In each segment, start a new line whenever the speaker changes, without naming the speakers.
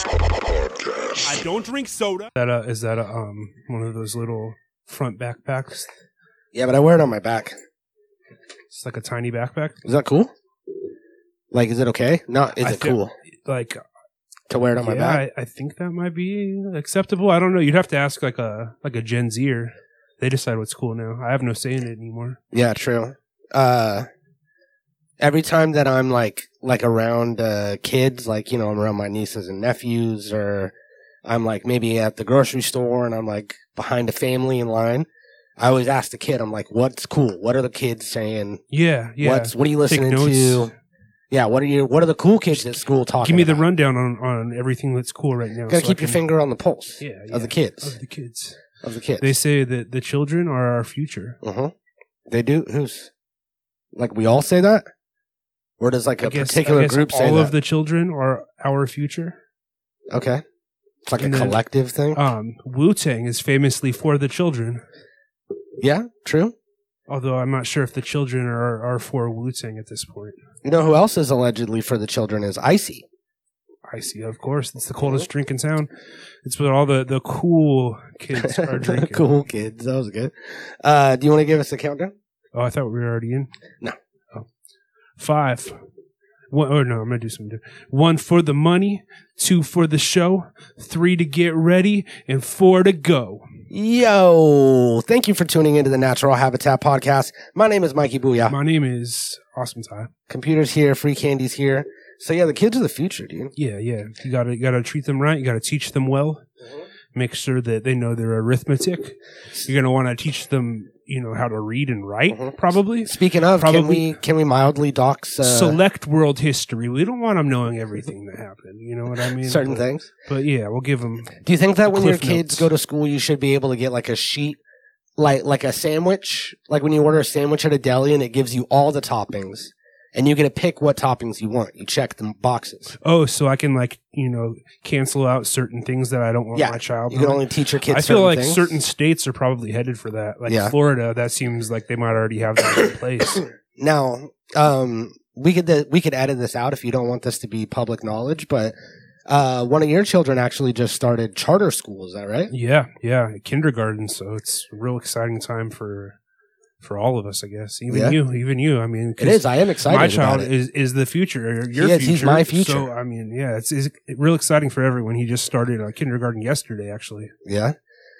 I don't drink soda.
that a is that a um one of those little front backpacks?
Yeah, but I wear it on my back.
It's like a tiny backpack.
Is that cool? Like, is it okay? No, is
I
it
feel-
cool
Like
to wear it on my
yeah,
back?
I, I think that might be acceptable. I don't know. You'd have to ask like a like a Gen Zer. They decide what's cool now. I have no say in it anymore.
Yeah, true. Uh, every time that I'm like like around uh, kids, like you know, I'm around my nieces and nephews, or I'm like maybe at the grocery store and I'm like behind a family in line. I always ask the kid, I'm like, "What's cool? What are the kids saying?
Yeah, yeah.
What's what are you
Take
listening
notes.
to? Yeah, what are you? What are the cool kids at school talking?
Give me the
about?
rundown on on everything that's cool right now.
Gotta
so I
keep your
can-
finger on the pulse
Yeah, yeah.
of the kids.
Of the kids.
Of the kids.
They say that the children are our future.
Uh-huh. They do. Who's like we all say that, or does like a
I guess,
particular
I guess
group say
all
that?
of the children are our future.
okay, it's like a
And then-
collective thing.
Um, Wu Tang is famously for the children,
yeah, true.
although I'm not sure if the children are are for Wu Tang at this point.
You know who else is allegedly for the children is icy.
I see. Of course, it's the coldest drink in town. It's what all the the cool kids are drinking.
cool kids. That was good. Uh, do you want to give us a countdown?
Oh, I thought we were already in.
No.
Oh. Five. One, oh no, I'm gonna do something different. One for the money, two for the show, three to get ready, and four to go.
Yo, thank you for tuning into the Natural Habitat Podcast. My name is Mikey Booyah.
My name is Awesome Ty.
Computers here, free candies here. So yeah, the kids are the future, dude.
Yeah, yeah. You gotta you gotta treat them right. You gotta teach them well.
Mm-hmm.
Make sure that they know their arithmetic. You're gonna want to teach them, you know, how to read and write.
Mhm.
Probably
Speaking of, can
Probably-
we can we mildly dox uh,
select world history. We don't want them knowing everything that happened. You know what I mean?
certain
but,
things?
But yeah, we'll give them.
Do you think that when your
Cliff
kids
notes.
go to school, you should be able to get like a sheet, like like a sandwich, like when you order a sandwich at a deli and it gives you all the toppings, and you get to pick what toppings you want. You check the boxes.
Oh, so I can like you know cancel out certain things that I don't want
Yeah,
my child.
You can
knowing.
only teach your kids.
I feel like
things.
certain states are probably headed for that. Like
Yeah.
Florida, that seems like they might already have that in place.
Now, um, we could th- we could edit this out if you don't want this to be public knowledge, but. Uh, one of your children actually just started charter school. Is that right?
Yeah, yeah, kindergarten. So it's a real exciting time for for all of us, I guess. Even
Yeah.
you, even you. I mean, 'cause
It is. I am excited.
my child
about it.
is is the future. or Your
He is.
future.
He's my
So
future.
I mean, yeah, it's, it's real exciting for everyone. He just started uh, kindergarten yesterday, actually.
yeah.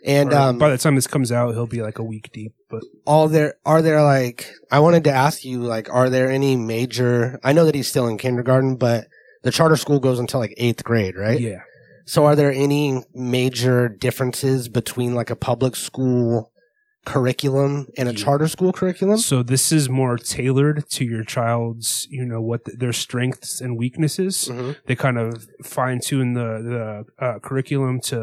And
Or
um,
by the time this comes out, he'll be like a week deep. But
all there are there like I wanted to ask you like are there any major I know that he's still in kindergarten but the charter school goes until like 8th grade right
yeah,
so are there any major differences between like a public school curriculum and a
Yeah.
charter school curriculum
so this is more tailored to your child's, you know, what th their strengths and weaknesses.
Mhm.
they kind of fine tune the the uh, curriculum to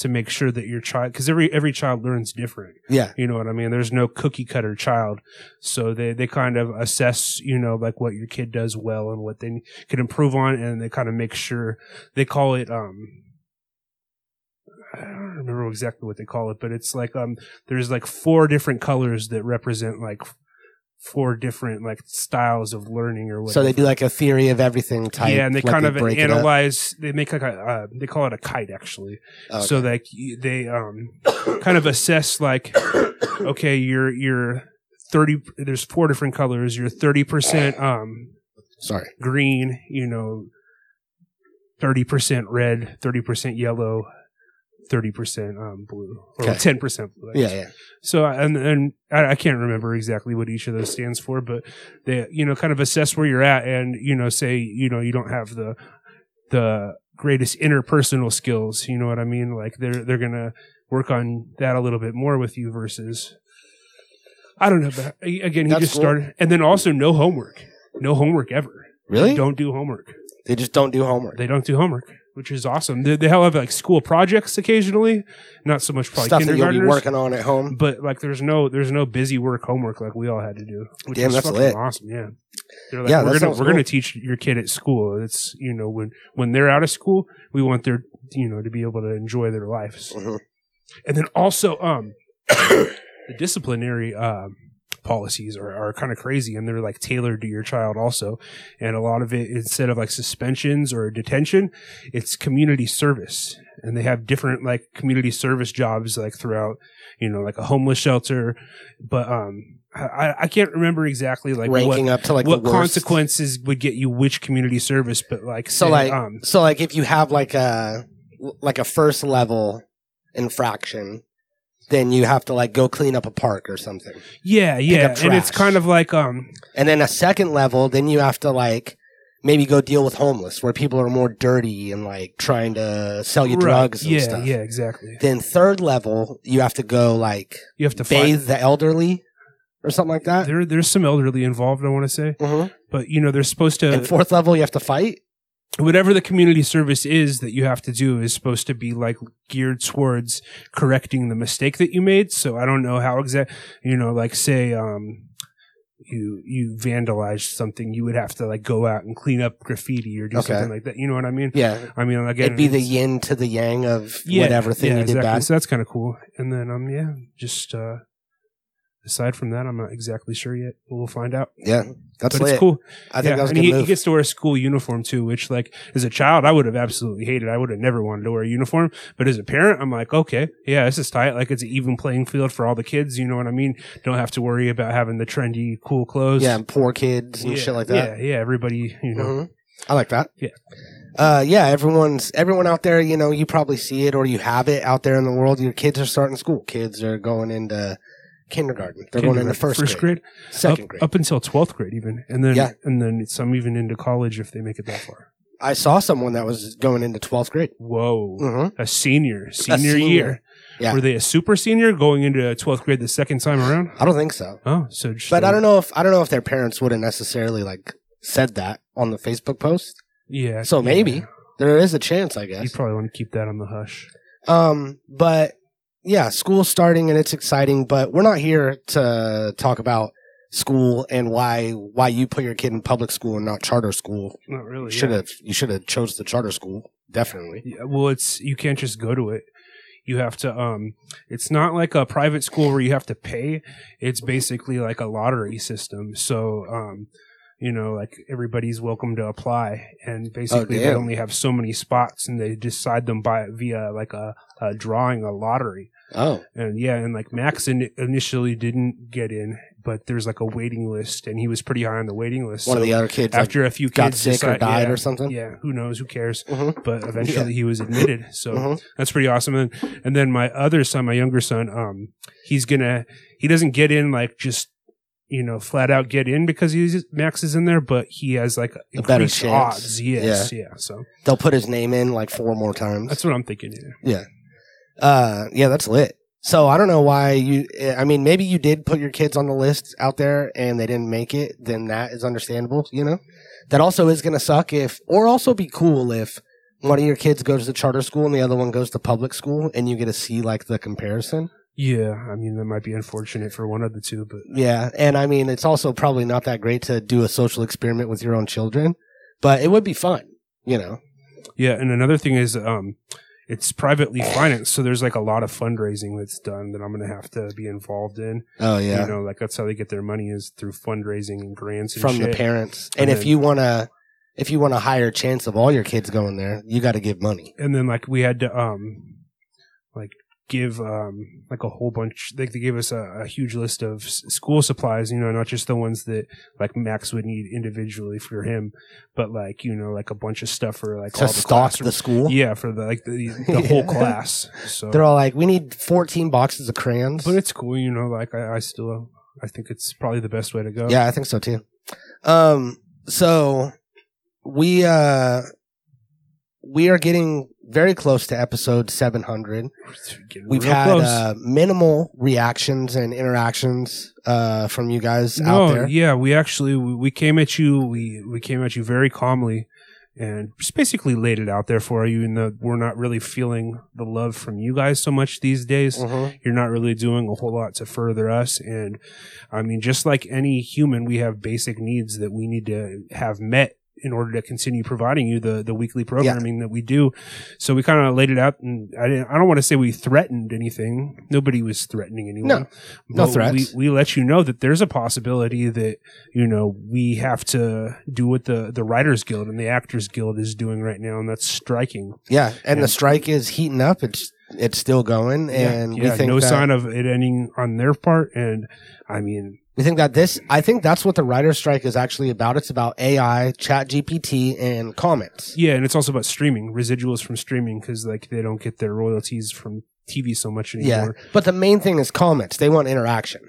to make sure that your child because every every child learns different.
yeah
You know what I mean? There's no cookie cutter child, so they they kind of assess you know like what your kid does well and what they can improve on, and they kind of make sure they call it um. I don't remember exactly what they call it, but it's like um there's like four different colors that represent like f- four different like styles of learning or whatever
so they do like a theory of everything type
yeah, and they
like,
kind of
break it up.
analyze. They make like a uh, they call it a kite actually.
Oh, Okay.
So like you- they um kind of assess like okay, you're you're thirty. There's four different colors. You're thirty percent um
sorry
green. You know, thirty percent red, thirty percent yellow, thirty percent um blue, or
Okay.
ten percent blue. I
yeah
guess.
yeah
So and and I, I can't remember exactly what each of those stands for, but they you know kind of assess where you're at and you know say you know you don't have the the greatest interpersonal skills. You know what I mean? Like they're they're gonna work on that a little bit more with you versus I don't know. But a- again, he
That's
just
cool.
started, and then also no homework, no homework ever.
really
They don't do homework.
they just don't do homework
They don't do homework, which is awesome. They, they'll have like school projects occasionally, not so much probably
stuff that you'll be
kindergartners
working on at home
but like there's no there's no busy work homework like we all had to do. Which
Damn,
is
that's
fucking
lit.
awesome. Yeah. They're like,
Yeah, that
we're gonna
sounds
we're gonna
cool.
teach your kid at school. It's you know, when when they're out of school, we want their you know to be able to enjoy their lives.
Mhm.
And then also um the disciplinary um life policies are, are kind of crazy and they're like tailored to your child also. And a lot of it, instead of like suspensions or detention, it's community service. And they have different like community service jobs like throughout, you know, like a homeless shelter. But, um, I, I can't remember exactly like what
ranking up to like
what
the worst.
consequences would get you which community service, but like
So,
say,
like-
um,
So like if you have like a like a first level infraction, then you have to like go clean up a park or something.
yeah, yeah,
up
and it's
trash.
kind of like um,
And then a second level, then you have to like maybe go deal with homeless where people are more dirty and like trying to sell you
right,
drugs and
yeah,
stuff.
yeah, exactly.
Then third level, you have to go like
You have to fight.
bathe the elderly or something like that.
There, Uh, there's some elderly involved. I want to say,
hmm
but you know, they're supposed to
and fourth level, you have to fight.
whatever the community service is that you have to do is supposed to be like geared towards correcting the mistake that you made. So I don't know how exact, you know, like say, um, you you vandalized something, you would have to like go out and clean up graffiti or do
Okay.
something like that. You know what I mean?
Yeah,
I mean, again,
it'd be the
it's-
yin to the yang of
Yeah,
whatever thing
yeah,
you did
exactly.
bad.
So that's kind of cool. And then, um, yeah, just uh, aside from that, I'm not exactly sure yet. But we'll find out.
Yeah, that's
but
lit.
it's cool.
I think
yeah,
that was a
and
good
he, he
move.
gets to wear a school uniform too, which like as a child I would have absolutely hated. I would have never wanted to wear a uniform, but as a parent I'm like, okay, yeah, this is tight. Like it's an even playing field for all the kids. You know what I mean? Don't have to worry about having the trendy, cool clothes.
yeah, and poor kids and
Yeah,
shit like that.
Yeah, yeah. Everybody, you know,
Mhm. I like that.
Yeah.
Uh, yeah, everyone's everyone out there, you know, you probably see it or you have it out there in the world. Your kids are starting school. Kids are going into kindergarten. They're going into
kindergarten,
first,
grade,
grade, second
up,
grade.
up until twelfth grade even, and then
Yeah.
and then some even into college if they make it that far.
I saw someone that was going into twelfth grade.
Whoa.
hmm
A senior, senior,
senior.
year.
Yeah.
Were they a super senior going into 12th grade the second time around?
I don't think so,
Oh, so just
but I don't know if I don't know if their parents would have necessarily like said that on the Facebook post.
Yeah.
So
yeah.
maybe. There is a chance, I
You
guess.
probably want to keep that on the hush.
Um, but yeah, school's starting and it's exciting, but we're not here to talk about school and why why you put your kid in public school and not charter school.
Not really.
Should have you should have chose the charter school, definitely.
Yeah, well, it's you can't just go to it. You have to. Um, it's not like a private school where you have to pay. It's basically like a lottery system. So, um, you know, like everybody's welcome to apply, and basically they
Oh, damn.
only have so many spots, and they decide them by via like a, a drawing, a lottery.
Oh.
And yeah, and like Max in, initially didn't get in, but there's like a waiting list, and he was pretty high on the waiting list.
One
so
of the other kids like,
after a few
got
kids
sick or
decide-
died
yeah,
or something.
yeah, who knows? Who cares?
Mhm.
But eventually he was admitted, so
Mhm.
that's pretty awesome. And, and then my other son, my younger son, um, he's gonna he doesn't get in like just you know flat out get in because he's Max is in there, but he has like
A better
increased
chance.
odds. Yes, yeah. So
They'll put his name in like four more times.
that's what I'm thinking. Yeah.
Uh, yeah, that's lit. So I don't know why you. I mean, maybe you did put your kids on the list out there and they didn't make it. Then that is understandable. You know, that also is gonna suck if, or also be cool if one of your kids goes to charter school and the other one goes to public school, and you get to see like the comparison.
Yeah, I mean that might be unfortunate for one of the two, but
Yeah, and I mean, it's also probably not that great to do a social experiment with your own children, but it would be fun. You know.
Yeah, and another thing is um it's privately financed, so there's like a lot of fundraising that's done that I'm gonna have to be involved in.
Oh
You know, like that's how they get their money is through fundraising and grants and
from
shit.
the parents. And,
And
if
then-
you want to, if you want a higher chance of all your kids going there, you got to give money.
and then like we had to um like give um like a whole bunch like they gave us a, a huge list of s- school supplies you know not just the ones that like max would need individually for him but like you know like a bunch of stuff for like
to
all the
stock
classroom-
the school.
yeah for the like the, the whole
Yeah.
class so
They're all like, we need 14 boxes of crayons.
But it's cool, you know. Like I, I still, I think it's probably the best way to go.
yeah, I think so too. Um, so we, uh, we are getting very close to episode 700.
Getting
We've
real
had
close.
uh, minimal reactions and interactions uh, from you guys out
no,
there.
yeah, we actually we, we came at you, we we came at you very calmly, and just basically laid it out there for you. In the we're not really feeling the love from you guys so much these days.
Mhm.
You're not really doing a whole lot to further us, and I mean, just like any human, we have basic needs that we need to have met in order to continue providing you the the weekly programming that we do. So we kind of laid it out, and I didn't, I don't want to say we threatened anything. Nobody was threatening anyone.
No. No
But
threats.
We, we let you know that there's a possibility that you know we have to do what the the Writers Guild and the Actors Guild is doing right now, and that's striking.
Yeah, and
Yeah.
the strike is heating up. It's it's still going, and
yeah,
we think
no
that,
sign of it ending on their part. And I mean,
we think that this. I think that's what the writer's strike is actually about. It's about AI, Chat GPT, and comments.
yeah, and it's also about streaming residuals from streaming because like they don't get their royalties from TV so much
Yeah,
anymore.
but the main thing is comments. They want interaction.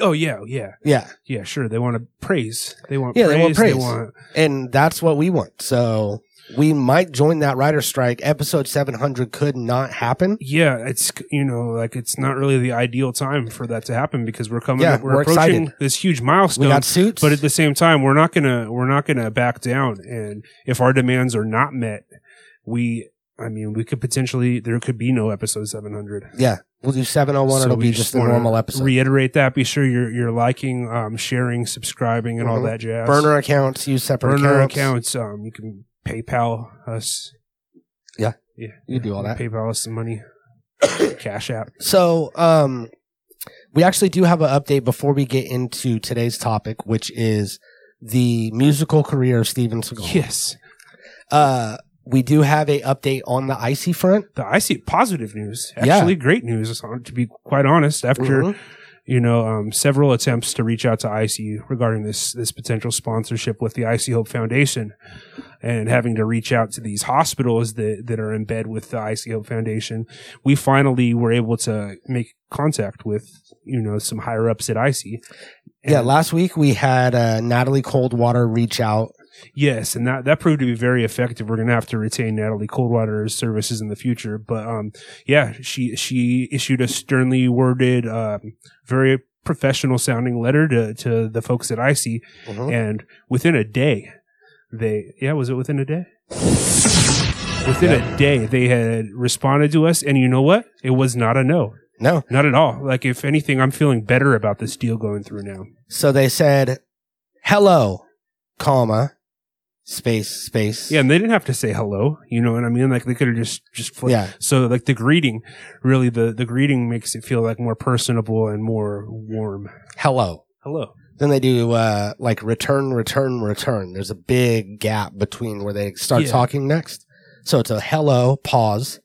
Oh yeah, yeah,
Yeah,
yeah. Sure, they want to praise. They want
Yeah,
praise.
they want
They
praise.
want
and that's what we want. So we might join that writer's strike. Episode seven hundred could not happen.
yeah, it's you know like it's not really the ideal time for that to happen because we're coming
Yeah,
up, we're,
we're
approaching
excited.
this huge milestone.
We got suits,
but at the same time we're not gonna we're not gonna back down and if our demands are not met we i mean we could potentially there could be no episode 700
yeah, we'll do seven hundred one.
So
it'll
we
be
just
just the
wanna
normal episode.
reiterate that be sure you're you're liking um sharing subscribing and all
Mhm.
that jazz
burner accounts, use separate
burner
accounts.
accounts um you can paypal us
Yeah.
yeah
You do all that.
paypal us some money cash app
So, um, we actually do have an update before we get into today's topic, which is the musical career of Steven Seagal.
yes
Uh, we do have a update on the icy front.
the, i see positive news
Yeah.
actually great news to be quite honest after
Mhm.
you know, um, several attempts to reach out to ICU regarding this this potential sponsorship with the IC Hope Foundation, and having to reach out to these hospitals that that are in bed with the IC Hope Foundation. We finally were able to make contact with you know some higher ups at IC.
Yeah, last week we had uh, Natalie Coldwater reach out.
Yes, and that, that proved to be very effective. We're going to have to retain Natalie Coldwater's services in the future, but um, yeah, she she issued a sternly worded, um, very professional sounding letter to to the folks at IC,
Mhm.
and within a day, they yeah, was it within a day? Within a day, they had responded to us, and you know what? It was not a no,
No,
not at all. Like if anything, I'm feeling better about this deal going through now.
so they said, "Hello, comma, space, space."
Yeah, and they didn't have to say hello. You know what I mean? Like they could have just just flipped
yeah,
So like the greeting, really the the greeting makes it feel like more personable and more warm.
hello.
Hello.
Then they do uh, like return, return, return. There's a big gap between where they start
Yeah.
talking next. So it's a hello, pause.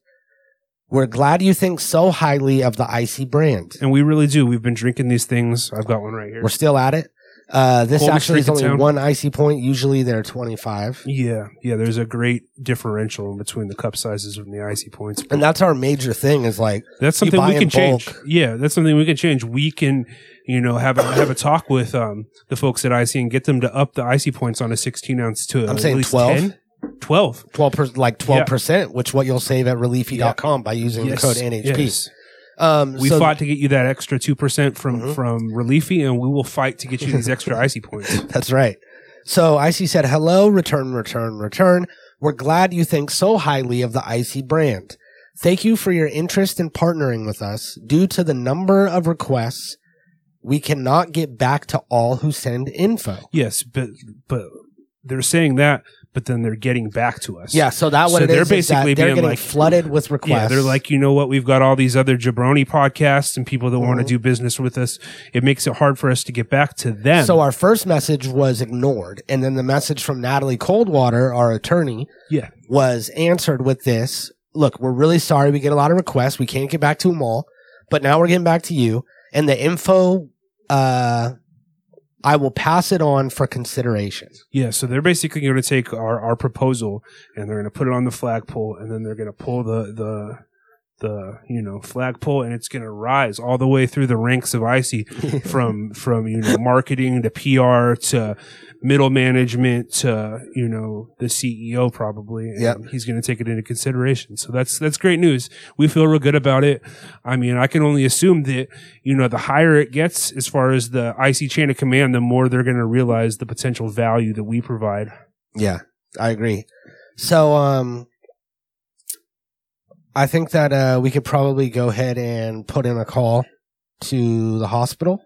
We're glad you think so highly of the icy brand.
And we really do. We've been drinking these things. I've got one right here.
We're still at it. Uh, this
Coldest
actually is
drink
only
in town.
one icy point. Usually they're 25.
yeah, yeah. There's a great differential in between the cup sizes and the icy points.
And that's our major thing is like,
That's
You
something
buy
we can
in
change.
bulk.
Yeah, that's something we can change. We can, you know, have a have a talk with um the folks at IC and get them to up the icy points on a 16 ounce to
I'm
at
saying
least
12.
10? 12.
12 per, like 12%, which what you'll save at reliefy.com by using
Yes,
the code NHP.
yes.
Um,
We
so-
fought to get you that extra two percent from
Mhm.
from Reliefy, and we will fight to get you these extra icy points.
That's right. So Icy said, hello, return, return, return. We're glad you think so highly of the Icy brand. Thank you for your interest in partnering with us. Due to the number of requests, we cannot get back to all who send info.
Yes, but but they're saying that, but then they're getting back to us.
Yeah, so that what
So
it is
they're
is that
basically
they're
being
getting
like-
flooded with requests.
Yeah, they're like, you know what? We've got all these other jabroni podcasts and people that want to
Mhm.
do business with us. It makes it hard for us to get back to them.
So our first message was ignored, and then the message from Natalie Coldwater, our attorney,
Yeah.
was answered with this: "Look, we're really sorry. We get a lot of requests. We can't get back to them all, but now we're getting back to you. And the info, uh, I will pass it on for consideration.
yeah, so they're basically going to take our, our proposal and they're going to put it on the flagpole, and then they're going to pull the the the you know flagpole, and it's going to rise all the way through the ranks of IC from from you know marketing to PR to middle management to you know the CEO probably. and
Yep.
he's going to take it into consideration. So that's that's great news. We feel real good about it. I mean, I can only assume that you know the higher it gets as far as the IC chain of command, the more they're going to realize the potential value that we provide.
yeah, I agree. So, um." I think that uh, we could probably go ahead and put in a call to the hospital,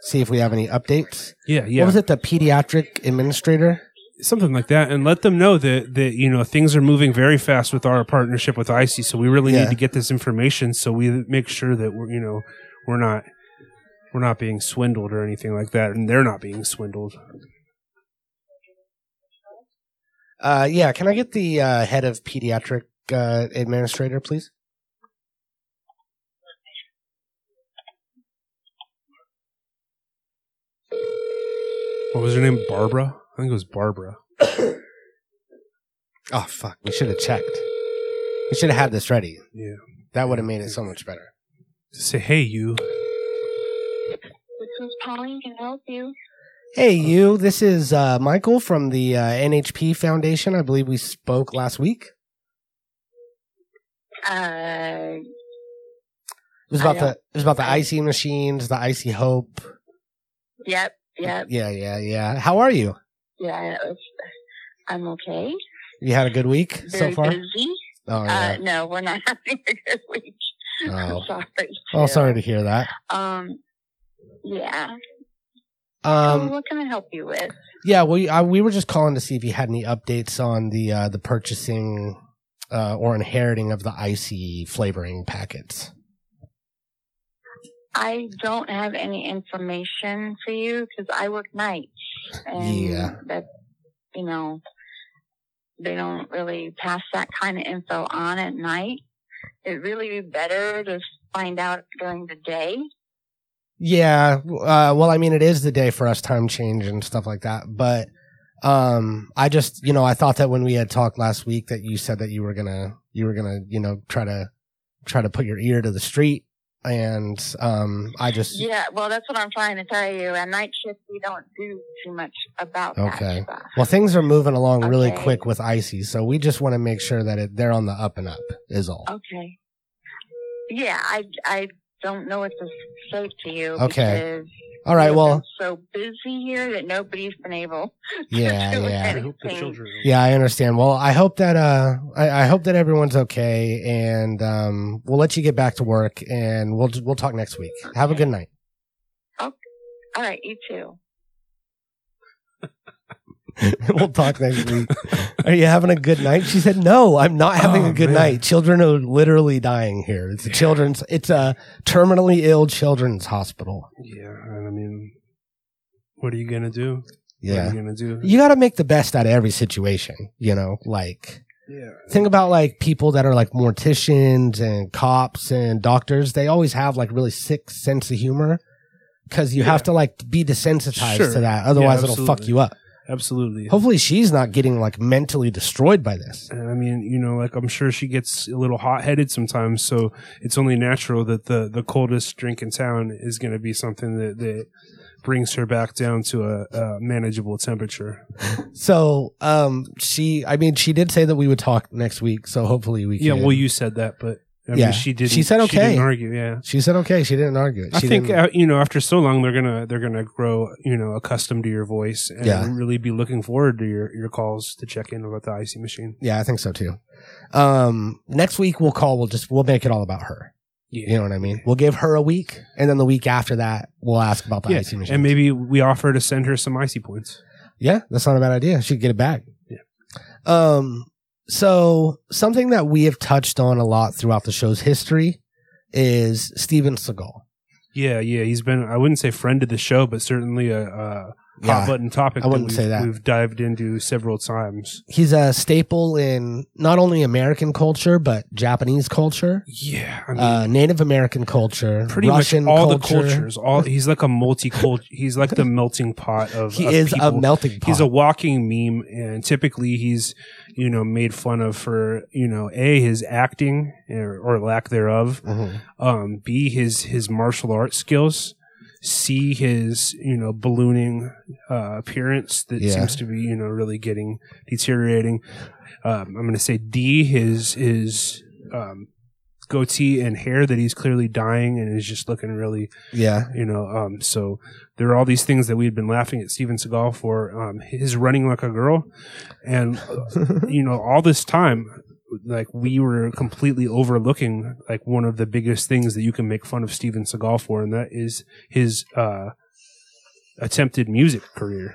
see if we have any updates.
Yeah, yeah.
What was it? The pediatric administrator?
something like that and let them know that that you know things are moving very fast with our partnership with icy so we really
Yeah.
need to get this information so we make sure that we're you know we're not we're not being swindled or anything like that and they're not being swindled
Uh, yeah, can I get the uh, head of pediatric uh, administrator, please?
what was her name barbara i think it was barbara
Oh fuck, we should have checked. We should have had this ready.
Yeah.
that would have made it so much better.
say hey you
This is Polly. Can I help you?
Hey, you. This is uh, Michael from the uh, NHP Foundation. I believe we spoke last week.
Uh,
It was about
I
the
know.
it was about the icy machines, the icy hope.
yep, yep,
Yeah, yeah, yeah. How are you?
yeah. it's- I'm okay.
You had a good week so
Very
far.
busy.
Oh
Uh,
yeah.
no, we're not having a good week.
Oh.
I'm sorry.
Oh, sorry to hear that.
Um, yeah. so
Um,
what can I help you with?
yeah, we I, we were just calling to see if you had any updates on the uh, the purchasing uh, or inheriting of the icy flavoring packets.
I don't have any information for you because I work nights, and
Yeah.
that you know they don't really pass that kind of info on at night. It'd really be better to find out during the day.
Yeah. Uh, well, I mean, it is the day for us time change and stuff like that. But um, I just, you know, I thought that when we had talked last week that you said that you were gonna, you were gonna, you know, try to, try to put your ear to the street. And um, I just,
Yeah, well, that's what I'm trying to tell you. At night shift, we don't do too much about
Okay.
that stuff.
well, things are moving along really
Okay.
quick with Icy, so we just want to make sure that it, they're on the up and up is all.
Okay. Yeah, I I don't know what to say to you.
Okay.
because
All right.
we've
Well,
been so busy here that nobody's been able.
yeah,
doing
yeah.
I hope the children
Yeah, I understand. Well, I hope that uh, I, I hope that everyone's okay, and um, we'll let you get back to work, and we'll we'll talk next week. Have a good night.
All right, you too.
we'll talk next week. Are you having a good night? She said, "No, I'm not having
Oh,
a good
man.
night. Children are literally dying here. It's a children's. It's a terminally ill children's hospital.
yeah and i mean what are you gonna do what
Yeah,
are you gonna do
you got to make the best out of every situation. You know, like."
yeah
Think about like people that are like morticians and cops and doctors. They always have like really sick sense of humor because you have to like be desensitized
Sure.
to that. Otherwise,
Yeah,
it'll fuck
absolutely.
you up.
absolutely
Hopefully, she's not getting like mentally destroyed by this.
And I mean, you know, like I'm sure she gets a little hot headed sometimes, so it's only natural that the the coldest drink in town is going to be something that that brings her back down to a, a manageable temperature.
So, um, she, I mean, she did say that we would talk next week. So hopefully we can.
Yeah, well, you said that, but I
Yeah.
mean, she did.
She said okay.
didn't argue. Yeah,
she said, okay. She didn't argue it.
I
She
think
didn't-
uh, you know after so long they're gonna they're gonna grow you know accustomed to your voice and
Yeah.
really be looking forward to your your calls to check in about the IC machine.
yeah, I think so too. Um, next week we'll call. We'll just, we'll make it all about her. You know what I mean? We'll give her a week. And then the week after that, we'll ask about the
Yeah,
icy machine.
and maybe we offer to send her some icy points.
Yeah, that's not a bad idea. She could get it back.
Yeah.
Um. So something that we have touched on a lot throughout the show's history is Steven Seagal.
Yeah, yeah, he's been I wouldn't say friend of the show, but certainly a, a hot
Uh,
button topic.
I wouldn't
we've,
say that.
we've dived into several times.
He's a staple in not only American culture but Japanese culture,
Yeah, I mean,
uh, Native American culture,
pretty
Russian
much all
culture.
the cultures. All he's like a multicultural. he's like the melting pot of.
He
of
is
people.
a melting pot.
He's a walking meme, and typically he's, you know, made fun of for you know a his acting or, or lack thereof,
Mhm.
um, B his his martial arts skills, C his you know ballooning uh, appearance that
Yeah.
seems to be you know really getting deteriorating. Um, I'm going to say D his his um, goatee and hair that he's clearly dying and is just looking really
Yeah,
you know. Um, so there are all these things that we had been laughing at Steven Seagal for um, his running like a girl, and you know, all this time, like we were completely overlooking like one of the biggest things that you can make fun of Steven Seagal for, and that is his uh attempted music career.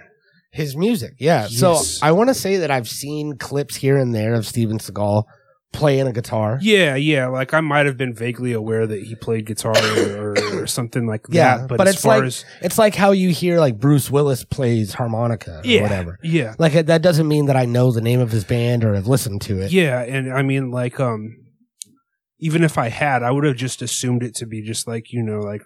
His music, yeah. So
Yes.
I want to say that I've seen clips here and there of Steven Seagal playing a guitar.
Yeah, yeah. Like I might have been vaguely aware that he played guitar or, or something like
Yeah,
that. But,
but
as
it's
far
like-
as
It's like how you hear like Bruce Willis plays harmonica or
yeah,
whatever.
yeah,
Like that doesn't mean that I know the name of his band or have listened to it.
yeah. And I mean, like, um, even if I had, I would have just assumed it to be just like you know, like,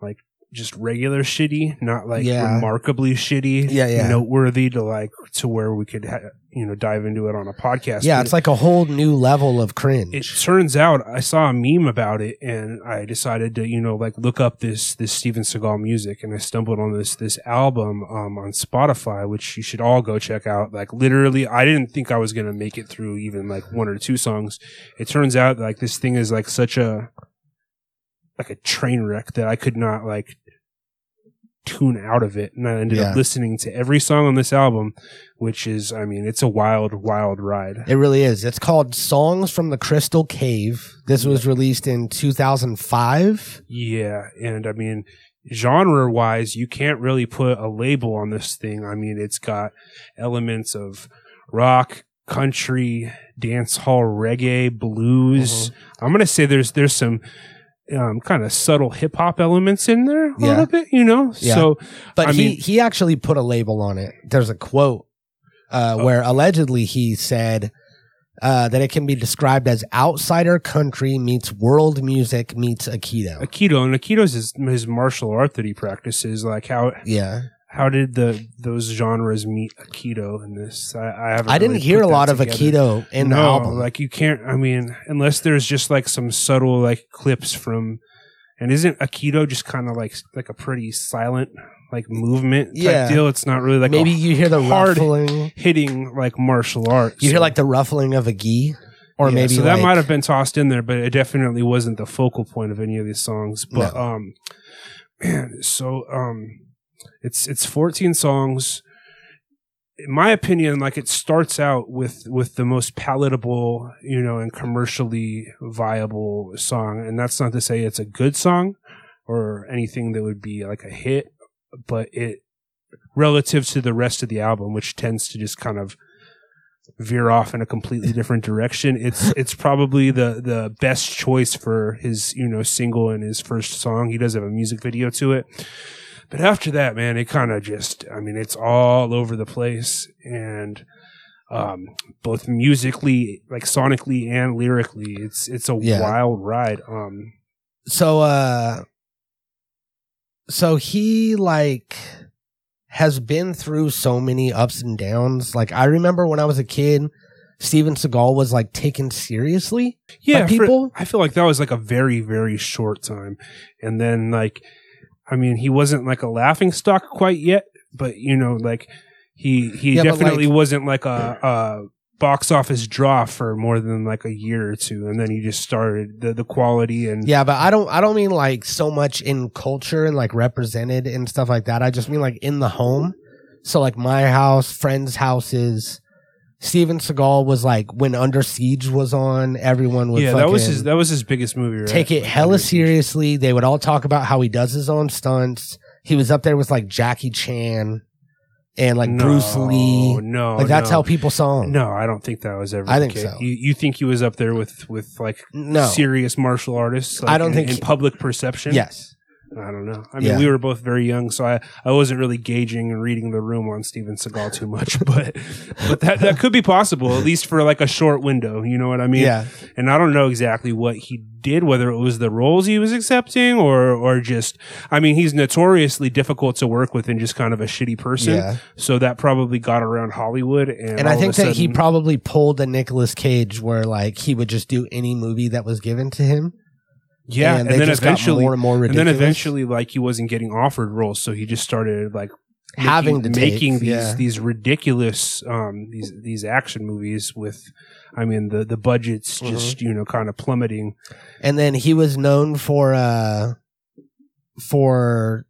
like just regular shitty, not like
Yeah.
remarkably shitty.
Yeah, yeah.
Noteworthy to like to where we could ha- you know dive into it on a podcast.
Yeah,
But
it's like a whole new level of cringe.
it turns out I saw a meme about it, and I decided to you know like look up this this Steven Seagal music, and I stumbled on this this album um, on Spotify, which you should all go check out. Like literally, I didn't think I was gonna make it through even like one or two songs. It turns out like this thing is like such a like a train wreck that I could not like tune out of it and I ended
Yeah.
up listening to every song on this album which is I mean it's a wild wild ride
It really is. It's called Songs from the Crystal Cave. This was released in 2005.
Yeah, and I mean, genre wise, you can't really put a label on this thing. I mean, it's got elements of rock, country, dance hall, reggae, blues.
Mm-hmm. Uh-huh.
I'm gonna say there's there's some um, kind of subtle hip hop elements in there a
Yeah.
little bit, you know.
Yeah.
So
But
I
he,
mean-
he actually put a label on it. There's a quote uh,
Oh.
where allegedly he said uh, that it can be described as outsider country meets world music meets Aikido.
Aikido and Aikido's his, his martial art that he practices. Like how
Yeah.
how did the those genres meet Aikido in this? I, I haven't.
I didn't
really
hear
put
a
that
lot of
together.
Aikido in the
No,
album.
Like you can't. I mean, unless there's just like some subtle like clips from, and isn't Aikido just kind of like like a pretty silent like movement type
Yeah.
deal? It's not really like
Maybe
maybe
you hear the
hard-
ruffling.
hitting like martial arts.
You hear like the ruffling of a gi. Or
Yeah,
maybe
so that
like-
might have been tossed in there, but it definitely wasn't the focal point of any of these songs. But
No.
um, man, so um, it's it's fourteen songs. In my opinion, like it starts out with with the most palatable, you know, and commercially viable song, and that's not to say it's a good song or anything that would be like a hit, but it relative to the rest of the album, which tends to just kind of veer off in a completely different direction. It's it's probably the the best choice for his you know single and his first song. He does have a music video to it, but after that, man, it kind of just I mean it's all over the place and. Um, both musically, like sonically and lyrically, it's it's a
Yeah.
wild ride. Um,
so uh so he like has been through so many ups and downs like i remember when i was a kid steven seagal was like taken seriously
yeah,
by
for-
people
I feel like that was like a very very short time, and then like, I mean, he wasn't like a laughing stock quite yet, but you know, like he he
Yeah, but,
definitely
like-
wasn't like a, a box office draw for more than like a year or two, and then he just started the the quality and
yeah but i don't i don't mean like so much in culture and like represented and stuff like that i just mean like in the home so like my house friends houses steven seagal was like when under siege was on everyone was
yeah, that was his
fucking-
that was his biggest movie. Right?
take it
Like,
hella
under-
seriously. They would all talk about how he does his own stunts. He was up there with like Jackie Chan and like
No,
Bruce Lee.
No,
like that's
no.
how people saw him.
No, I don't think that was ever.
I
the
think
case.
so.
You, you think he was up there with with like
no.
serious martial artists? Like,
I don't
in-
think
in
he-
public perception.
Yes.
I don't know. I mean,
Yeah.
we were both very young, so I, I wasn't really gauging and reading the room on Steven Seagal too much, but but that that could be possible at least for like a short window. You know what I mean?
yeah.
And I don't know exactly what he did, whether it was the roles he was accepting or or just. I mean, he's notoriously difficult to work with and just kind of a shitty person.
Yeah.
So that probably got around Hollywood, and,
And I
all of
think
a
that he
sudden-
probably pulled the Nicolas Cage where like he would just do any movie that was given to him.
yeah,
And,
and,
they
then
just got
eventually.
more and more
And
ridiculous.
then eventually, like he wasn't getting offered roles, so he just started like
having to
making,
take,
making these
yeah.
these ridiculous um these these action movies with i mean the the budgets
Mm-hmm.
just you know kind of plummeting
And then he was known for uh for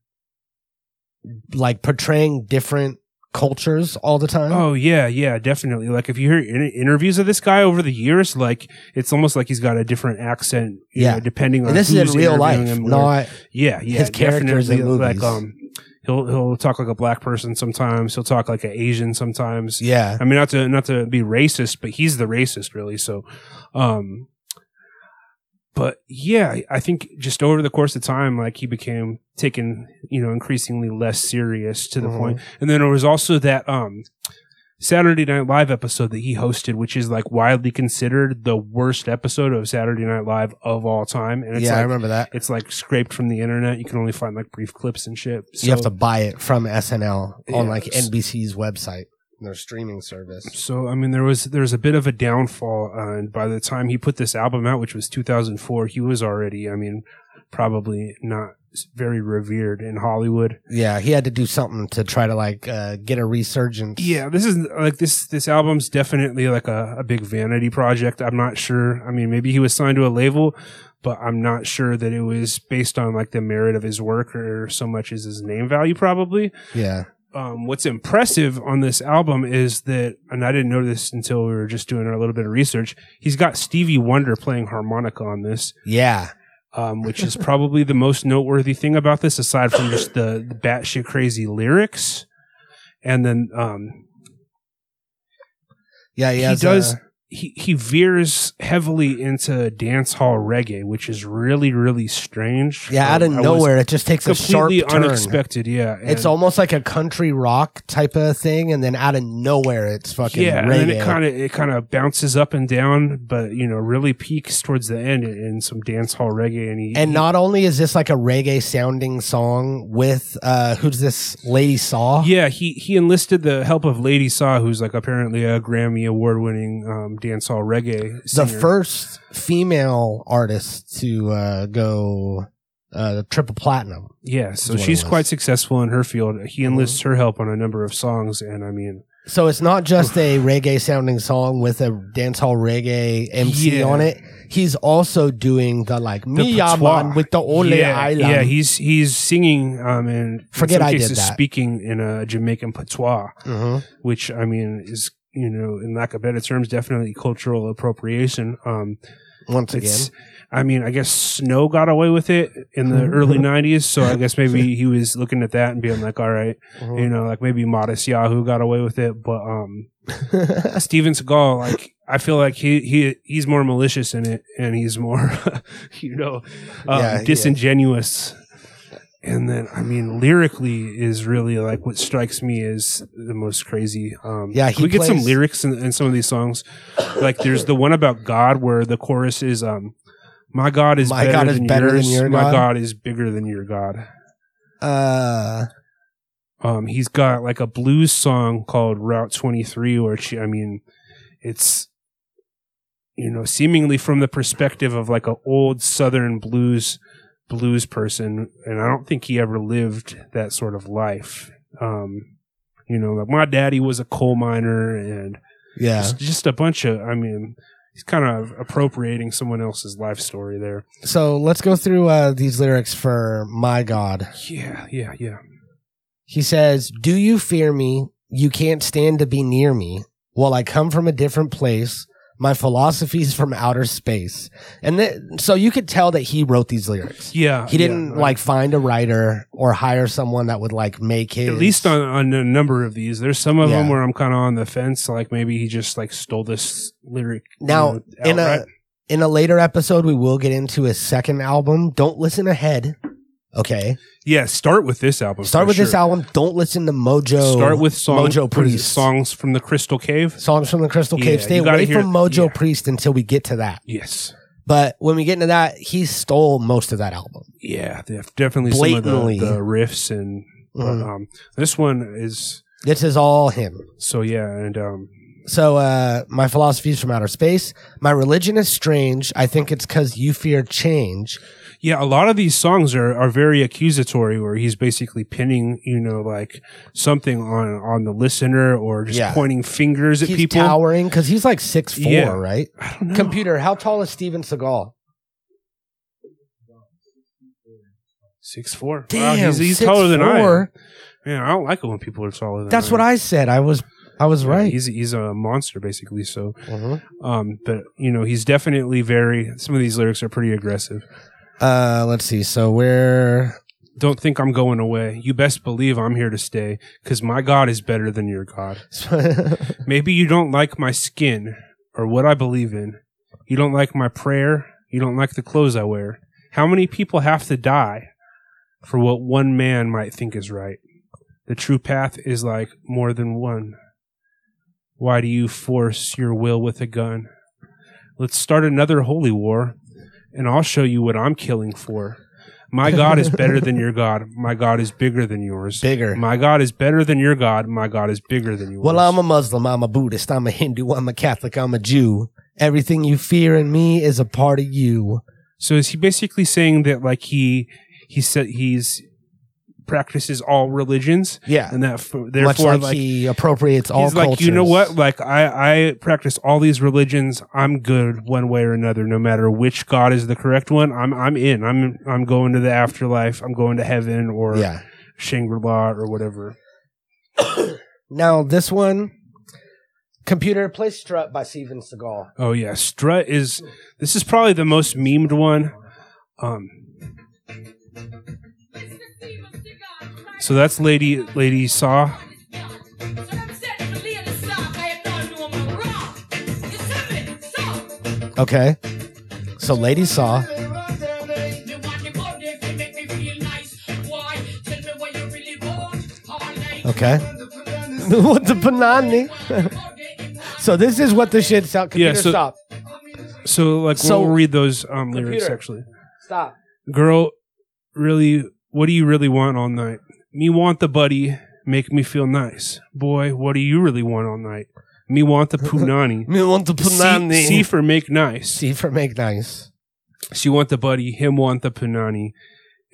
like portraying different cultures all the time.
oh yeah yeah definitely like if you hear in- interviews of this guy over the years like it's almost like he's got a different accent you
Yeah.
know, depending on
And this is
who's
in real
interviewing
life,
him or-
not
yeah yeah
his characters in
definitely, like
movies.
um he'll he'll talk like a black person sometimes. He'll talk like an Asian sometimes.
Yeah.
I mean, not to not to be racist, but he's the racist, really. So, um, but yeah, I think just over the course of time, like he became taken, you know, increasingly less serious to the
Mhm.
point. And then there was also that um Saturday Night Live episode that he hosted, which is like widely considered the worst episode of Saturday Night Live of all time. And it's
yeah, I
like,
remember that.
it's like scraped from the internet. You can only find like brief clips and shit. So,
you have to buy it from SNL on like
Yes.
NBC's website.
Their streaming service.
So I mean, there was there was a bit of a downfall, uh, and by the time he put this album out, which was 2004, he was already, I mean, probably not very revered in Hollywood.
Yeah, he had to do something to try to like uh, get a resurgence.
Yeah, this is like this this album's definitely like a, a big vanity project. I'm not sure. I mean, maybe he was signed to a label, but I'm not sure that it was based on like the merit of his work or so much as his name value, probably.
yeah,
um, what's impressive on this album is that, and I didn't know this until we were just doing a little bit of research. He's got Stevie Wonder playing harmonica on this,
yeah.
um, which is probably the most noteworthy thing about this, aside from just the, the batshit crazy lyrics. And then um,
yeah he,
He
has uh,
does-
a-
he he veers heavily into dance hall reggae, which is really really strange.
yeah, out of
Um, I was
nowhere, it just takes a sharp
completely
turn.
unexpected. Yeah,
It's
and-
almost like a country rock type of thing, and then out of nowhere, it's fucking
yeah,
reggae.
and then it kind of it kind of bounces up and down, but you know, really peaks towards the end in, in some dance hall reggae, and he
and uh, not only is this like a reggae sounding song with uh who's this lady saw
yeah, he he enlisted the help of Lady Saw, who's like apparently a Grammy award winning um, dance hall reggae.
the
Singer.
first female artist to uh go uh triple platinum
yeah, so
is what it
she's
was. Uh-huh.
quite successful in her field. He enlists her help on a number of songs, and I mean,
so it's not just a reggae sounding song with a dancehall reggae MC
Yeah.
on it. He's also doing the like
The
me ya
patois.
man with the ole
yeah,
island.
yeah, he's he's singing um, and in
Forget
some
I did
cases
that.
speaking in a Jamaican patois.
Mhm.
which I mean is you know in lack of better terms definitely cultural appropriation. Um,
Once again,
it's I mean I guess Snow got away with it in the early '90s, so I guess maybe he was looking at that and being like, all right,
Mhm.
you know, like maybe Modest Yahoo got away with it, but um, Steven Seagal like. I feel like he, he he's more malicious in it, and he's more, you know, um,
Yeah, yeah.
disingenuous. And then, I mean, lyrically is really like what strikes me as the most crazy. Um,
Yeah,
can
he
we get some
plays-
lyrics in, in some of these songs. Like, there's the one about God where the chorus is, um, "My God is
My
better,
God
than,
is better than
yours.
your
My
God."
God is bigger than your God."
uh,
Um, he's got like a blues song called Route 23, which I mean, it's you know seemingly from the perspective of like an old Southern blues blues person, and I don't think he ever lived that sort of life. Um, you know, like my daddy was a coal miner, and
yeah.
just, just a bunch of I mean, he's kind of appropriating someone else's life story there.
So let's go through uh, these lyrics for "My God."
Yeah, yeah, yeah.
He says, Do you fear me? You can't stand to be near me. Well, I come from a different place. My philosophy's from outer space. And th- so you could tell that he wrote these lyrics.
Uh, Yeah,
He didn't
yeah.
like find a writer or hire someone that would like make his.
at least on, on a number of these there's some of them
Yeah.
where i'm kind of on the fence like maybe he just like stole this lyric you
Now,
know,
in a
outright.
in a later episode, we will get into his second album. Don't listen ahead. Okay.
yeah start with this album Oh,
Start
for
with this
sure.
album. Don't listen to Mojo.
start with song, what is
Mojo
it,
Priest.
songs from the crystal cave
Songs from the Crystal
Yeah,
Cave. Stay
you gotta
away
hear-
from Mojo
yeah.
Priest until we get to that.
yes
But when we get into that, he stole most of that album.
yeah def- definitely
Blatantly.
some of the, the riffs and but,
Mhm.
um this one is
This is all him.
so yeah and um
So uh, my philosophy is from outer space. My religion is strange. I think it's because you fear change.
Yeah, a lot of these songs are, are very accusatory, where he's basically pinning, you know, like something on on the listener or just
Yeah.
pointing fingers at
he's
people.
towering because he's like six four,
Yeah.
right?
I don't know.
Computer, how tall is Steven Seagal?
Six four.
Damn,
wow, he's, he's
6'4".
taller than I. am. Man, I don't like it when people are taller than.
That's
I
what
am.
I said. I was, I was
Yeah,
right.
He's he's a monster basically. So,
Mhm.
um, but you know, he's definitely very. Some of these lyrics are pretty aggressive.
Uh, let's see. So we're
Don't think I'm going away. You best believe I'm here to stay, because my God is better than your God. Maybe you don't like my skin or what I believe in. You don't like my prayer. You don't like the clothes I wear. How many people have to die for what one man might think is right? The true path is like more than one. Why do you force your will with a gun? Let's start another holy war, and I'll show you what I'm killing for. My God is better than your God. My God is bigger than yours.
Bigger.
My God is better than your God. My God is bigger than yours.
Well, I'm a Muslim, I'm a Buddhist, I'm a Hindu, I'm a Catholic, I'm a Jew. Everything you fear in me is a part of you.
So is he basically saying that like he he said he's practices all religions
Yeah.
and that f- therefore
Much like,
like
he appropriates all
he's like you know
cultures.
what like I I practice all these religions I'm good one way or another no matter which god is the correct one I'm I'm in I'm I'm going to the afterlife I'm going to heaven or
Yeah.
Shangri-La or whatever
Now this one, computer play Strut by Steven Seagal.
oh yeah strut is this is probably the most memed one um so that's lady lady saw
Okay, so Lady Saw. Okay, what the banana? so this is what the shit sound. Computer,
Yeah, so-
stop,
so like
So-
we'll read those um lyrics
Computer.
actually
stop.
girl, really, what do you really want all night? Me want the buddy, make me feel nice. Boy, what do you really want all night? Me want the punani.
Me want the
See, see for make nice.
C for make nice.
She want the buddy, him want the punani,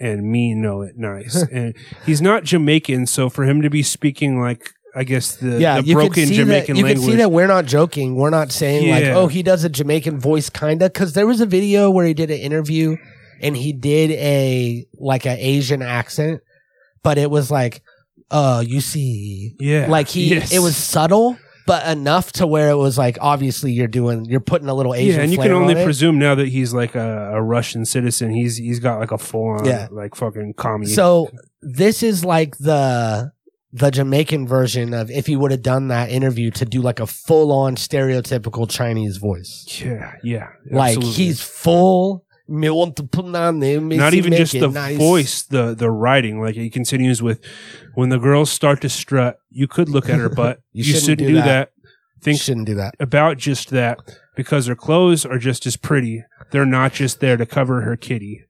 and me know it nice. and he's not Jamaican, so for him to be speaking like I guess the,
yeah,
the
you
broken
can see
Jamaican
that, you
language.
can see that we're not joking. We're not saying like,
Yeah.
oh, he does a Jamaican voice, kinda. Because there was a video where he did an interview, and he did a like an Asian accent, but it was like, uh, you see,
yeah,
like he,
yes.
it was subtle, but enough to where it was like, obviously, you're doing, you're putting a little Asian.
yeah, and you
flair
can only
on it.
presume now that he's like a, a Russian citizen. He's he's got like a full on
Yeah.
like fucking commie.
So this is like the the Jamaican version of if you would have done that interview to do like a full on stereotypical Chinese voice.
Yeah, yeah.
Like
absolutely.
he's full. Me want to put on the Missy
not even just
Mickey,
the
nice.
voice, the the writing. Like he continues with, when the girls start to strut, you could look at her butt.
You
you,
shouldn't
shouldn't,
do
do
that.
that. Think
Shouldn't do that.
about just that because her clothes are just as pretty. They're not just there to cover her kitty.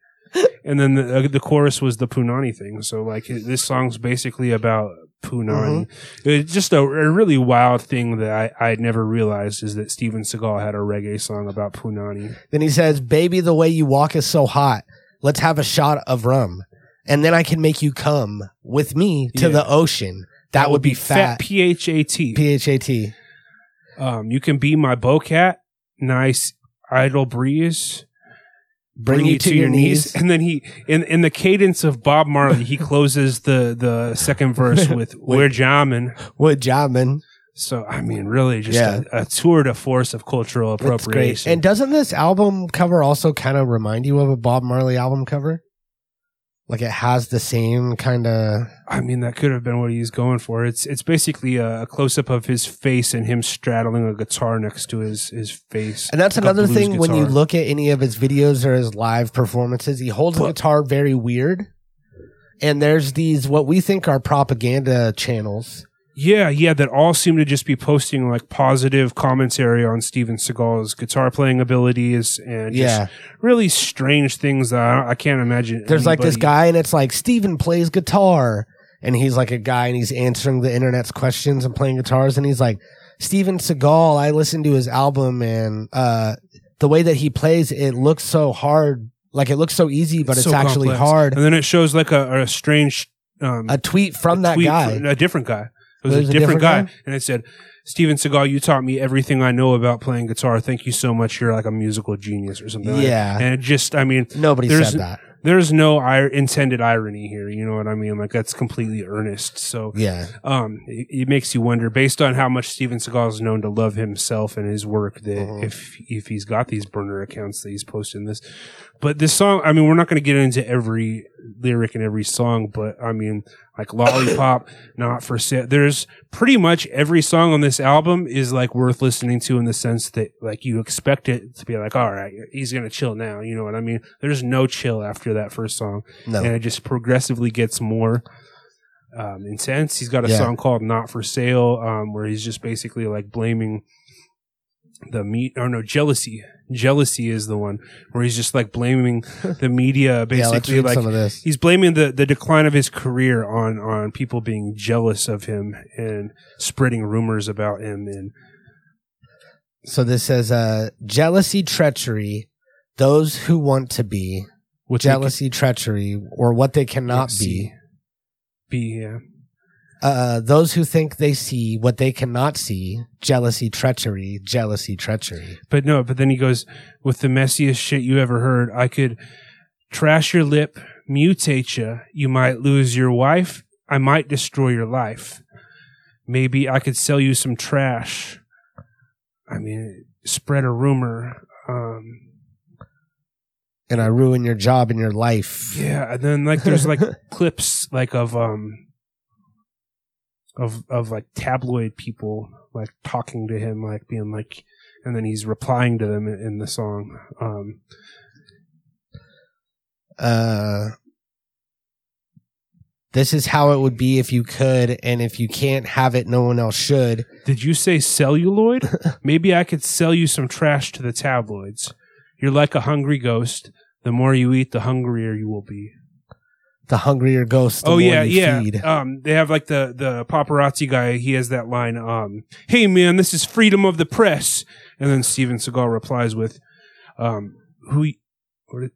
and then the, uh, the chorus was the punani thing. So like this song's basically about punani. It's just a, a really wild thing that I I had never realized is that Steven Seagal had a reggae song about punani.
Then he says, "Baby, the way you walk is so hot. Let's have a shot of rum, and then I can make you come with me to
Yeah.
the ocean. That, would, be fat.
P H A T.
P H A T.
Um, you can be my bowcat, nice idle breeze,
Bring, you to, your knees.
And then he, in in the cadence of Bob Marley, he closes the the second verse with "We're jamming."
Would jamming.
So I mean, really, just
Yeah.
a, a tour de force of cultural
That's great.
appropriation.
And doesn't this album cover also kind of remind you of a Bob Marley album cover? Like it has the same kind of
I mean, that could have been what he's going for. It's it's basically a, a close up of his face and him straddling a guitar next to his his face.
And that's
Like a
another
blues
thing when you
guitar.
look at any of his videos or his live performances, he holds the
But-
guitar very weird. And there's these what we think are propaganda channels.
Yeah, yeah, that all seem to just be posting like positive commentary on Steven Seagal's guitar playing abilities and just
yeah.
really strange things that I, don't- I can't imagine.
There's like this
anybody-
guy and it's like Steven plays guitar and he's like a guy and he's answering the internet's questions and playing guitars and he's like Steven Seagal, I listened to his album and uh the way that he plays it looks so hard like it looks so easy but it's,
so
actually
complex. Um,
hard.
And then it shows like a, a strange um,
A tweet from
a
that
tweet
guy.
from a different guy. It was,
It
a, different guy, and it said, "Steven Seagal, you taught me everything I know about playing guitar. Thank you so much. You're like a musical genius or something." like that.
Yeah.
and it just, I mean,
Nobody
There's-
said that.
there's no ir- intended irony here. You know what I mean? Like that's completely earnest. So
Yeah.
um, it, it makes you wonder, based on how much Steven Seagal is known to love himself and his work, that
Mhm.
if if he's got these burner accounts that he's posting this, but this song, I mean, we're not going to get into every lyric in every song, but I mean, like Lollipop, Not for Sale. There's pretty much every song on this album is like worth listening to in the sense that like you expect it to be like, all right, he's going to chill now. You know what I mean? There's no chill after that first song.
No.
And it just progressively gets more um, intense. He's got a
Yeah.
song called Not for Sale um, where he's just basically like blaming the meat or no jealousy jealousy is the one where he's just like blaming the media
yeah, let's
basically
read
like
some of this.
he's blaming the, the decline of his career on, on people being jealous of him and spreading rumors about him and
So this says uh, jealousy, treachery, those who want to be
which we
jealousy, treachery, or what they
can-
cannot
see.
be.
Be yeah.
Uh, those who think they see what they cannot see, jealousy, treachery, jealousy, treachery.
But no, but then he goes with the messiest shit you ever heard. I could trash your lip, mutate you. You might lose your wife. I might destroy your life. Maybe I could sell you some trash. I mean, spread a rumor. Um,
And I ruin your job and your life.
Yeah, and then like there's like clips like of um of of like tabloid people like talking to him like being like and then he's replying to them in, in the song. Um
Uh, this is how it would be if you could, and if you can't have it, no one else should.
did you say celluloid? Maybe I could sell you some trash to the tabloids. You're like a hungry ghost. The more you eat, the hungrier you will be.
The hungrier ghost.
oh
The more
yeah,
you
yeah.
Feed.
Um, they have like the the paparazzi guy. He has that line. Um, hey man, this is freedom of the press. And then Steven Seagal replies with, um, who? y- What did,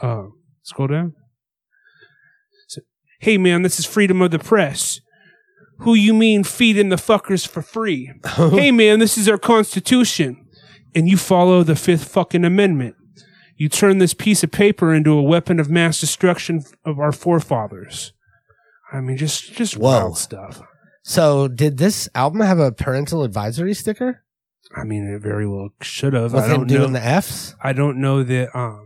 uh, scroll down. So, hey man, this is freedom of the press. Who you mean feeding the fuckers for free? hey man, this is our constitution. And you follow the fifth fucking amendment. You turn this piece of paper into a weapon of mass destruction of our forefathers. I mean, just just
Whoa.
wild stuff.
So, did this album have a parental advisory sticker
I mean, it very well should have.
with
I
him
don't
doing
know.
the Fs?
I don't know that. Um,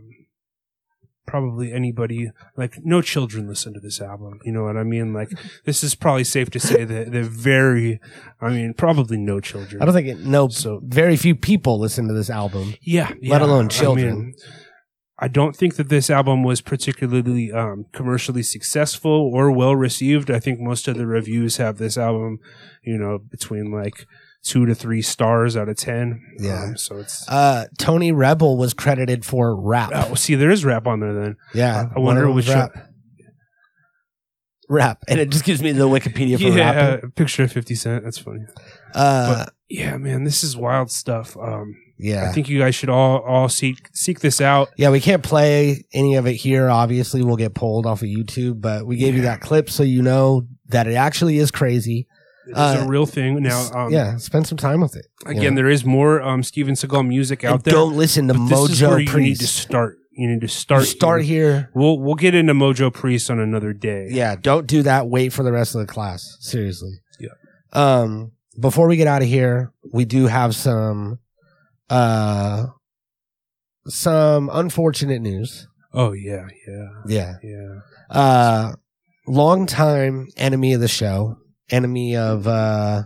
probably anybody like no children listen to this album. You know what I mean? Like, this is probably safe to say that they're very. I mean, probably no children.
I don't think it. No,
So-
very few people listen to this album.
Yeah,
Let
yeah.
alone
I
children.
mean, I don't think that this album was particularly um, commercially successful or well received. I think most of the reviews have this album, you know, between like two to three stars out of ten.
Yeah.
Um, so it's
Uh, Tony Rebel was credited for rap.
oh, see, there is rap on there. Then
yeah,
I wonder
One of
which.
them was Uh, rap. Rap, and it just gives me the Wikipedia for
yeah,
rap.
picture of Fifty Cent. That's funny.
Uh,
Yeah, man, this is wild stuff. Um,
yeah,
I think you guys should all all seek seek this out.
Yeah, we can't play any of it here. Obviously, we'll get pulled off of YouTube, but we gave you that clip so you know that it actually is crazy.
It's
Uh,
a real thing now. Um,
yeah, spend some time with it.
Again, there is more um, Steven Seagal music out
And
there.
don't listen to
But this is where
Mojo
you need to
Priest.
start. You need to
You
start.
Start
here.
here.
We'll we'll get into Mojo Priest on another day.
Yeah, don't do that. Wait for the rest of the class. Seriously.
Yeah.
Um, before we get out of here, we do have some, uh, some unfortunate news.
Oh yeah, yeah,
Yeah.
yeah.
uh long time enemy of the show enemy of uh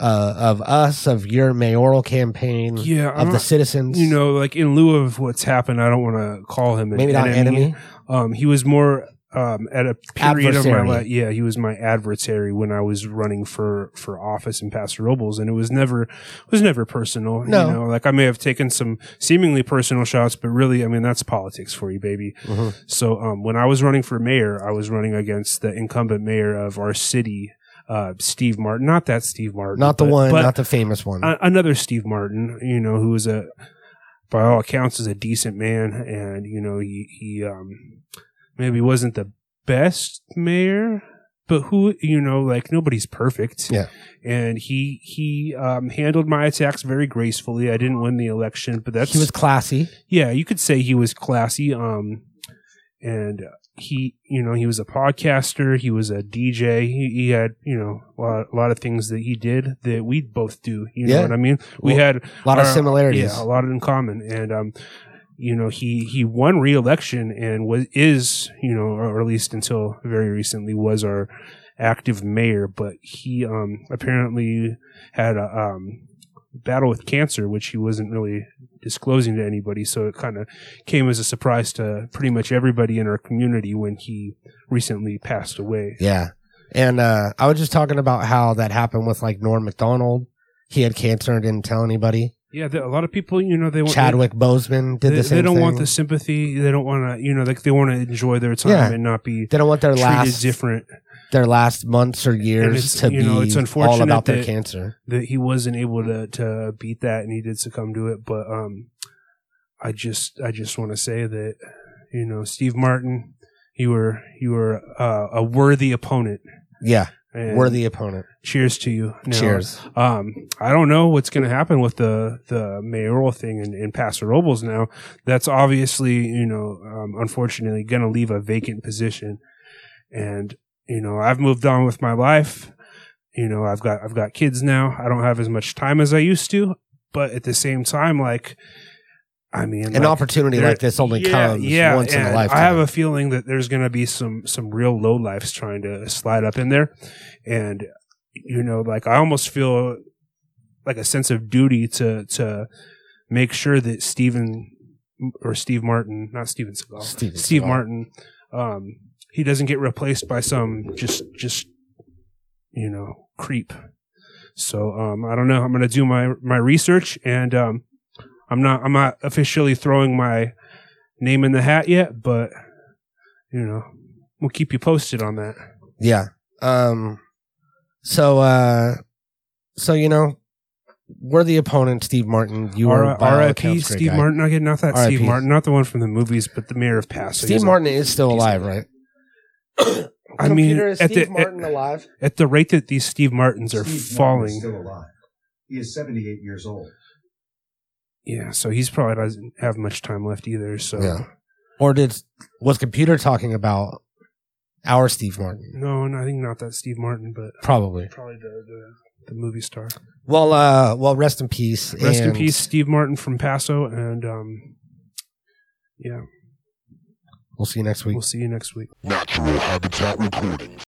uh of us of your mayoral campaign
Yeah. I'm
of the
not-
citizens
you know, like in lieu of what's happened, I don't want to call him an
maybe not enemy,
Um, he was more um, at a period of my
Adversary.
life. Yeah, he was my adversary when I was running for for office in Paso Robles, and it was never was never personal.
No.
You know, like I may have taken some seemingly personal shots, but really, I mean, that's politics for you, baby.
Mhm.
So um, when I was running for mayor, I was running against the incumbent mayor of our city, uh, Steve Martin. Not that Steve Martin.
not the
but-
one
but
not the famous one
a- another Steve Martin, you know, who was a, by all accounts, is a decent man, and you know, he he um, maybe wasn't the best mayor, but who you know, like nobody's perfect.
Yeah.
and he he um, handled my attacks very gracefully. I didn't win the election, but that's
he was classy
yeah, you could say he was classy. Um, and he, you know, he was a podcaster, he was a DJ, he, he had, you know, a lot, a lot of things that he did that we both do. You know
Yeah.
what I mean? We
Well,
had
A lot of
Our-
similarities.
Um, yeah, a lot in common, and um, you know, he he won re-election and was is you know, or at least until very recently, was our active mayor. But he um apparently had a um battle with cancer, which he wasn't really disclosing to anybody. So it kind of came as a surprise to pretty much everybody in our community when he recently passed away.
Yeah. And uh, I was just talking about how that happened with like Norm McDonald. He had cancer and didn't tell anybody.
Yeah, the, a lot of people, you know, they want
Chadwick Boseman did
They,
the
they
same
don't
thing.
want the sympathy. They don't want to, you know, like they want to enjoy their time
Yeah.
and not be
They don't want their
treated
last
different
their last months or years
it's,
to
you
be
know, it's
all
unfortunate
about their
that-
cancer.
that he wasn't able to to beat that and he did succumb to it but um i just i just want to say that you know steve martin you were you were uh, a worthy opponent
Yeah,
and
worthy opponent.
cheers to you Now,
Cheers.
um i don't know what's going to happen with the the mayoral thing in, in paso robles now that's obviously you know um, unfortunately going to leave a vacant position and you know i've moved on with my life you know i've got i've got kids now i don't have as much time as i used to but at the same time like i mean
An
like,
opportunity
there-
like this only comes once in a
and
lifetime.
I have a feeling that there's going to be some some real low lifes trying to slide up in there, and you know, like I almost feel like a sense of duty to to make sure that Steven or Steve Martin, not Steven Seagal,
Steven
Steve
Seagal.
Martin, um, he doesn't get replaced by some just just you know creep. So um, I don't know. I'm gonna do my my research, and um, I'm not I'm not officially throwing my name in the hat yet, but you know we'll keep you posted on that.
Yeah. Um so uh so you know we're the opponent, Steve Martin. You are
R-
by all
R.I.P.
accounts, great
Steve
guy.
Martin. Again, not that Steve
R.I.P..
Martin, not the one from the movies, but the mayor of Paso.
Steve
He's a-
Martin is still
he's-
alive, right?
I mean,
Computer, is
at
Steve
the-
Martin alive?
At the rate that these Steve Martins are
Steve Martin is
falling,
still alive. He is 78 years old.
yeah. So he's probably doesn't have much time left either. So
Yeah. Or did was computer talking about our Steve Martin?
no, no, I think not that Steve Martin, but
Probably.
probably the the, the movie star.
Well, uh, well, rest in peace.
Rest in
and-
peace, Steve Martin from Paso, and um, yeah,
We'll see you next week.
we'll see you next week.
Natural Habitat Recordings.